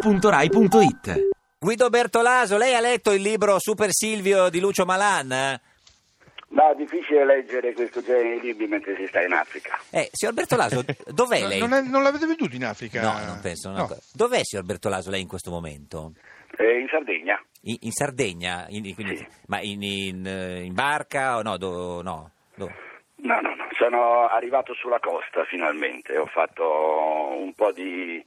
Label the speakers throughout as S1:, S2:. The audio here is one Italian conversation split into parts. S1: radio2pod.rai.it
S2: Guido Bertolaso, lei ha letto il libro Super Silvio di Lucio Malan?
S3: No, è difficile leggere questo genere di libri mentre si sta in Africa.
S2: Eh, signor Bertolaso, dov'è
S4: No,
S2: lei?
S4: Non, è- non l'avete venduto in Africa?
S2: No, non penso. non
S4: No.
S2: ancora. Dov'è, signor Bertolaso, lei in questo momento?
S3: Eh, in Sardegna.
S2: In, in Sardegna? In- quindi-
S3: Sì.
S2: Ma in, in, eh, in barca o no? Do- no. Do-
S3: No, no, no, sono arrivato sulla costa finalmente, ho fatto un po' di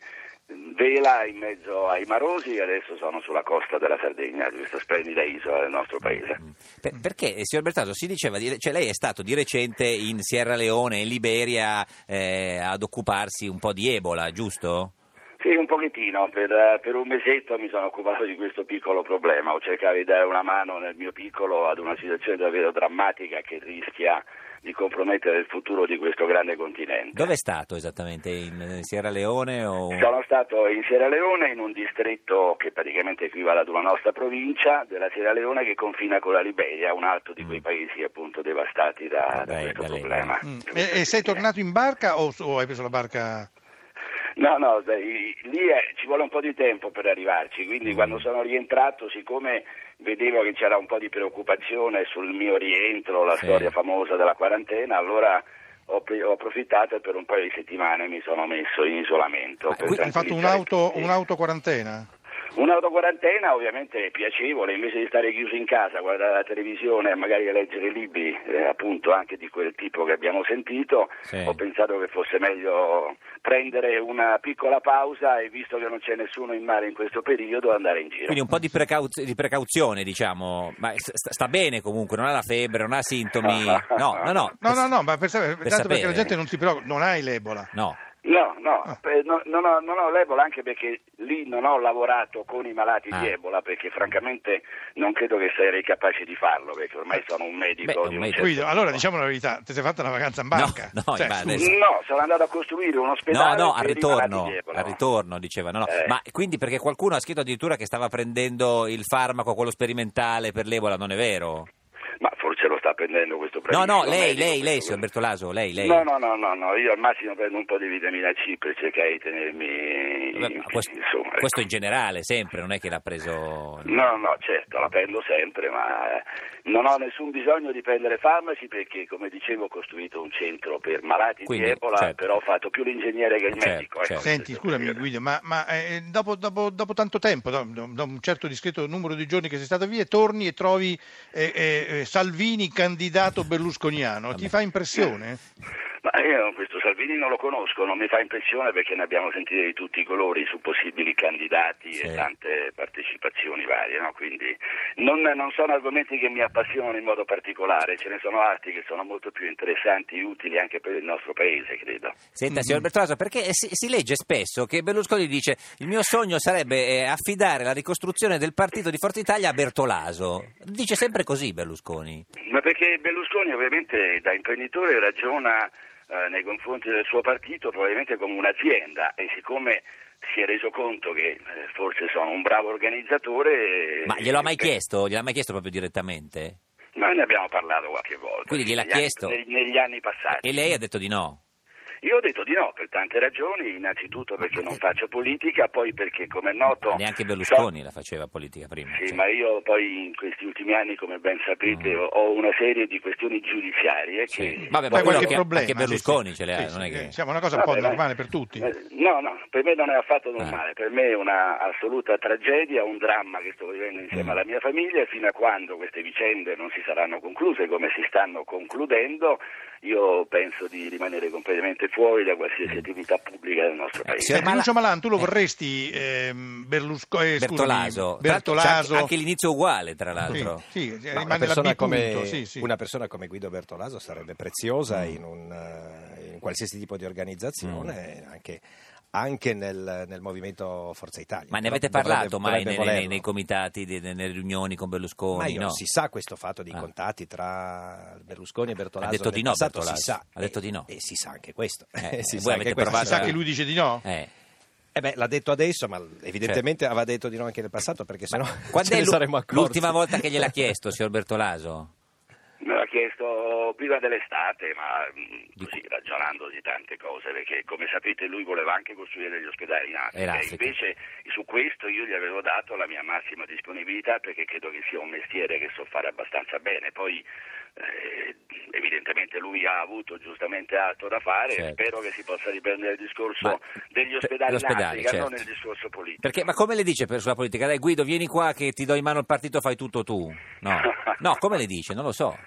S3: vela in mezzo ai marosi e adesso sono sulla costa della Sardegna, di questa splendida isola del nostro paese.
S2: mm. Per- perché, eh, signor Bertolaso, si diceva, di- cioè lei è stato di recente in Sierra Leone, in Liberia, eh, ad occuparsi un po' di Ebola, giusto?
S3: Sì, un pochettino, per, per un mesetto mi sono occupato di questo piccolo problema, ho cercato di dare una mano nel mio piccolo ad una situazione davvero drammatica che rischia di compromettere il futuro di questo grande continente.
S2: Dove è stato esattamente? In eh, Sierra Leone o...
S3: Sono stato in Sierra Leone in un distretto che praticamente equivale ad una nostra provincia della Sierra Leone che confina con la Liberia, un altro di quei paesi appunto devastati da,
S2: Mm. Ah,
S3: da
S2: beh,
S3: questo
S2: da lei,
S3: problema.
S4: Mm. E, e sei tornato in barca o, o hai preso la barca?
S3: No, no, dai, lì eh, ci vuole un po' di tempo per arrivarci,
S2: Mm.
S3: quindi quando sono rientrato, siccome vedevo che c'era un po' di preoccupazione sul mio rientro, la
S2: Sì.
S3: storia famosa della quarantena, allora ho, pre- ho approfittato e per un paio di settimane mi sono messo in isolamento.
S2: Ma
S3: per
S2: Ah, qui-
S4: Hai fatto
S3: tranquillizzare
S4: un'auto,
S3: tutti.
S4: un'auto quarantena?
S3: Un'autoquarantena ovviamente è piacevole, invece di stare chiuso in casa, guardare la televisione e magari leggere libri, eh, appunto anche di quel tipo che abbiamo sentito,
S2: Sì.
S3: ho pensato che fosse meglio prendere una piccola pausa e visto che non c'è nessuno in mare in questo periodo andare in giro.
S2: Quindi un po' di, precauz- di precauzione, diciamo, ma s- sta, sta bene comunque, non ha la febbre, non ha sintomi. No, no, no.
S4: No, no, no, ma per, sapere-
S2: per
S4: tanto perché
S2: sapere.
S4: la gente non si preoccupa, non hai l'ebola.
S2: No.
S3: No, no,
S4: Ah.
S3: eh, no- non, ho, non ho l'Ebola anche perché lì non ho lavorato con i malati di
S2: Ah.
S3: Ebola perché francamente non credo che sarei capace di farlo perché ormai sono un medico
S2: Ah. Beh,
S3: di
S2: un
S3: un
S2: medico.
S3: certo
S4: Guido, allora
S3: tipo.
S4: diciamo la verità, ti sei fatta una vacanza in barca?
S2: No, no,
S4: Cioè,
S2: in barca,
S4: scusa.
S2: adesso-
S3: No, sono andato a costruire un
S2: No,
S3: ospedale.
S2: Esatto. no, al
S3: per i
S2: ritorno,
S3: malati di Ebola.
S2: al ritorno diceva, no, no.
S3: Eh.
S2: ma quindi perché qualcuno ha scritto addirittura che stava prendendo il farmaco, quello sperimentale per l'Ebola, non è vero?
S3: Ma forse lo sta prendendo questo
S2: No,
S3: premio.
S2: no, lei, lei, lei, signor Bertolaso, lei, lei.
S3: No, no, no, no, no, io al massimo prendo un po' di vitamina C per cercare di tenermi.
S2: Vabbè, ma questo,
S3: insomma, ecco.
S2: questo in generale, sempre, non è che l'ha preso...
S3: No, no, certo, la prendo sempre, ma eh, non ho nessun bisogno di prendere farmaci perché, come dicevo, ho costruito un centro per malati
S2: Quindi,
S3: di Ebola,
S2: certo.
S3: però ho fatto più l'ingegnere che il
S2: Certo,
S3: medico. ecco,
S2: certo.
S4: Senti,
S3: questo
S4: scusami
S3: periodo.
S4: Guido, ma, ma, eh, dopo, dopo- dopo tanto tempo, da, da un certo discreto numero di giorni che sei stato via, torni e trovi eh, eh, eh, Salvini candidato berlusconiano, ti
S2: Vabbè.
S4: fa impressione?
S3: Ma io questo Salvini non lo conosco, non mi fa impressione perché ne abbiamo sentite di tutti i colori su possibili candidati
S2: Sì.
S3: e tante partecipazioni varie, no? quindi non, non sono argomenti che mi appassionano in modo particolare, ce ne sono altri che sono molto più interessanti e utili anche per il nostro paese, credo.
S2: Senta, signor Bertolaso, perché si, si legge spesso che Berlusconi dice il mio sogno sarebbe eh, affidare la ricostruzione del partito di Forza Italia a Bertolaso. Dice sempre così Berlusconi.
S3: Ma perché Berlusconi ovviamente da imprenditore ragiona eh, nei confronti del suo partito probabilmente come un'azienda e siccome si è reso conto che eh, forse sono un bravo organizzatore...
S2: Ma
S3: eh,
S2: glielo ha mai
S3: penso-
S2: chiesto? Gliel'ha mai chiesto proprio direttamente?
S3: Noi ne abbiamo parlato qualche volta.
S2: Quindi gliel'ha
S3: negli anni-
S2: chiesto?
S3: neg- negli anni passati.
S2: E lei ha detto di no.
S3: Io ho detto di no per tante ragioni, innanzitutto perché non faccio politica, poi perché come è noto...
S2: Eh. Neanche
S3: so-
S2: Berlusconi la faceva politica prima.
S3: Sì,
S2: cioè.
S3: ma io poi in questi ultimi anni, come ben sapete,
S2: Mm.
S3: ho- ho una serie di questioni giudiziarie
S2: Sì.
S3: che...
S2: Vabbè, ma
S4: Hai
S2: quello
S4: qualche
S2: che-
S4: problema?
S2: anche
S4: sì,
S2: Berlusconi
S4: sì.
S2: ce le ha,
S4: Sì,
S2: non è
S4: sì,
S2: che-
S4: eh, Siamo una cosa un
S3: Vabbè,
S4: po'
S3: dai.
S4: normale per tutti. Ah.
S3: Eh, No, no, per me non è affatto normale, per me è una assoluta tragedia, un dramma che sto vivendo insieme
S2: Mm.
S3: alla mia famiglia e fino a quando queste vicende non si saranno concluse come si stanno concludendo, io penso di rimanere completamente fuori da
S4: Mm.
S3: qualsiasi attività pubblica del nostro
S2: Eh,
S3: paese.
S2: signor
S4: Senti,
S2: Mala-
S4: Lucio Malan, tu lo
S2: eh.
S4: vorresti ehm, Berlusco- eh, scusami,
S2: Bertolaso. Tra l'altro c'è
S4: Bertolaso.
S2: Anche, anche l'inizio uguale, tra l'altro.
S4: Sì, sì,
S5: No, una,
S4: rimane la
S5: persona
S4: B punto,
S5: come,
S4: sì, sì.
S5: una persona come Guido Bertolaso sarebbe
S2: Mm.
S5: preziosa in, un, eh, in qualsiasi tipo di organizzazione, eh, anche, anche nel, nel movimento Forza Italia.
S2: Ma ne
S5: Però
S2: avete
S5: dovrebbe-
S2: parlato mai
S5: dovrebbe
S2: nei,
S5: volerlo.
S2: nei- nei comitati, di- nelle riunioni con Berlusconi?
S5: Ma io-
S2: no?
S5: si sa questo fatto di
S2: Ah.
S5: contatti tra Berlusconi e Bertolaso.
S2: detto
S5: nel
S2: di no
S5: passato,
S2: Bertolaso,
S5: si sa.
S2: ha detto
S5: E-
S2: di no.
S5: E si sa anche questo.
S2: Eh,
S5: Si
S2: e
S5: sa
S2: voi
S5: anche
S2: avete
S5: questo.
S4: Si
S2: provato-
S4: sa che lui dice di no?
S2: Eh.
S5: Eh beh, l'ha detto adesso, ma evidentemente aveva detto di no anche nel passato, perché sennò
S2: Certo. Quando
S5: ce
S2: è
S5: ne
S2: l'u-
S5: saremmo accorti.
S2: l'ultima volta che gliel'ha chiesto, signor Bertolaso?
S3: Me l'ha chiesto prima dell'estate, ma mh, così ragionando di tante cose, perché come sapete lui voleva anche costruire degli ospedali in Africa.
S2: Eh, In Africa.
S3: Invece su questo io gli avevo dato la mia massima disponibilità perché credo che sia un mestiere che so fare abbastanza bene. Poi eh, evidentemente lui ha avuto giustamente altro da fare
S2: Certo.
S3: e spero che si possa riprendere il discorso
S2: Ma-
S3: degli
S2: per-
S3: ospedali in
S2: l'ospedale,
S3: Africa,
S2: certo.
S3: non il discorso politico.
S2: Perché, ma come le dice per sulla politica? Dai Guido, vieni qua che ti do in mano il partito, fai tutto tu. No, no come le dice? Non lo so.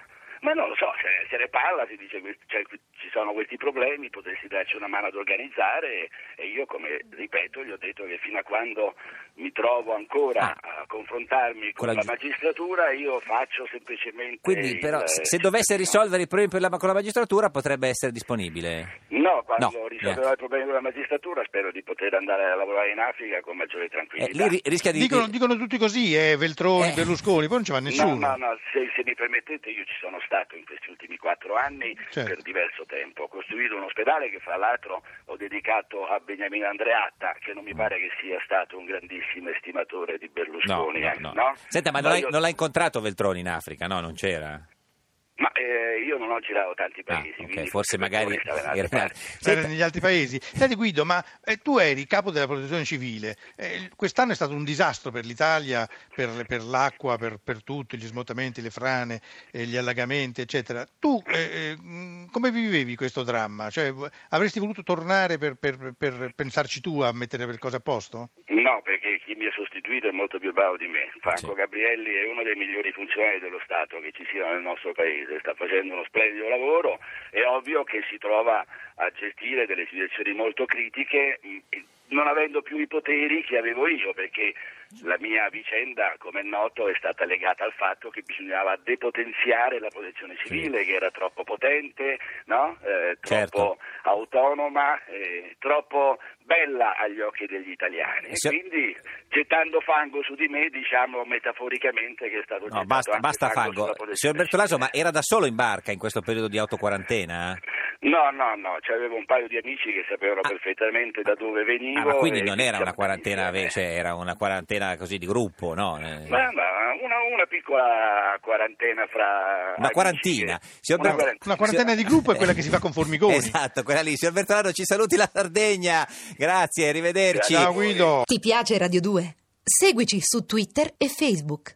S3: Ma non lo so, se ne, se ne parla, si dice que- cioè, qui ci sono questi problemi, potresti darci una mano ad organizzare e io come ripeto gli ho detto che fino a quando mi trovo ancora
S2: Ah.
S3: a confrontarmi con,
S2: Con la
S3: la,
S2: giu-
S3: magistratura io faccio semplicemente...
S2: Quindi,
S3: il-
S2: però, se se dovesse
S3: Eh, no.
S2: risolvere i problemi per la- con la magistratura, potrebbe essere disponibile.
S3: No, quando
S2: No,
S3: risolverò
S2: neanche.
S3: i problemi della magistratura spero di poter andare a lavorare in Africa con maggiore
S2: Eh,
S3: tranquillità.
S2: lì ri- rischia di.
S4: Dicono,
S2: di-
S4: dicono tutti così, eh, Veltroni,
S2: Eh.
S4: Berlusconi, poi non ci va nessuno.
S3: No, no, no, se, se mi permettete io ci sono stato in questi ultimi quattro anni
S4: Certo.
S3: per diverso tempo. Ho costruito un ospedale che fra l'altro ho dedicato a Beniamino Andreatta, che
S2: Mm.
S3: non mi pare che sia stato un grandissimo estimatore di Berlusconi. eh,
S2: Senta, ma non l'hai,
S3: io-
S2: non l'hai incontrato Veltroni in Africa? No, non c'era.
S3: ma, eh, io non ho girato tanti
S2: Ah,
S3: paesi.
S2: ok,
S3: quindi
S2: forse magari
S3: Berlusconi stava in altre
S2: era in
S3: parti.
S2: Africa.
S4: Era
S2: Senta,
S4: negli altri paesi. Senti Guido, ma eh, tu eri capo della protezione civile. Eh, quest'anno è stato un disastro per l'Italia, per, per l'acqua, per, per tutto, gli smottamenti, le frane, eh, gli allagamenti, eccetera. Tu eh, eh, mh, come vivevi questo dramma? Cioè, v- avresti voluto tornare per, per- per pensarci tu a mettere le cose a posto?
S3: No, perché chi mi ha sostituito è molto più bravo di me. Franco
S2: Sì.
S3: Gabrielli è uno dei migliori funzionari dello Stato che ci sia nel nostro paese, sta facendo uno splendido lavoro, è ovvio che si trova a gestire delle situazioni molto critiche mh, e non avendo più i poteri che avevo io, perché la mia vicenda, come è noto, è stata legata al fatto che bisognava depotenziare la protezione civile, che era troppo potente, no? Eh,
S2: Certo.
S3: troppo autonoma, eh, troppo bella agli occhi degli italiani. E
S2: Sì.
S3: Quindi gettando fango su di me, diciamo metaforicamente che è stato
S2: no,
S3: gettato
S2: basta,
S3: anche
S2: basta
S3: fango.
S2: fango.
S3: sulla protezione
S2: Signor Bertolaso, ma
S3: civile.
S2: era da solo in barca in questo periodo di autoquarantena?
S3: No, no, no, c'avevo un paio di amici che sapevano perfettamente da dove venivo.
S2: Ah, ma quindi
S3: e diciamo
S2: non
S3: che
S2: era una
S3: siamo
S2: quarantena,
S3: insieme.
S2: cioè, era una quarantena così di gruppo, no? Eh,
S3: Ma, ma una, una piccola quarantena fra...
S2: Una
S3: amici
S2: quarantina.
S3: che-
S2: Signor
S3: una
S2: Bertolaso-
S3: quarantina.
S4: Una quarantena di gruppo è quella che si fa con formigoni.
S2: Esatto, quella lì. Signor Bertolano, ci saluti la Sardegna. Grazie, arrivederci.
S3: Sì.
S4: Ciao Guido!
S1: Ti piace Radio 2? Seguici su Twitter e Facebook.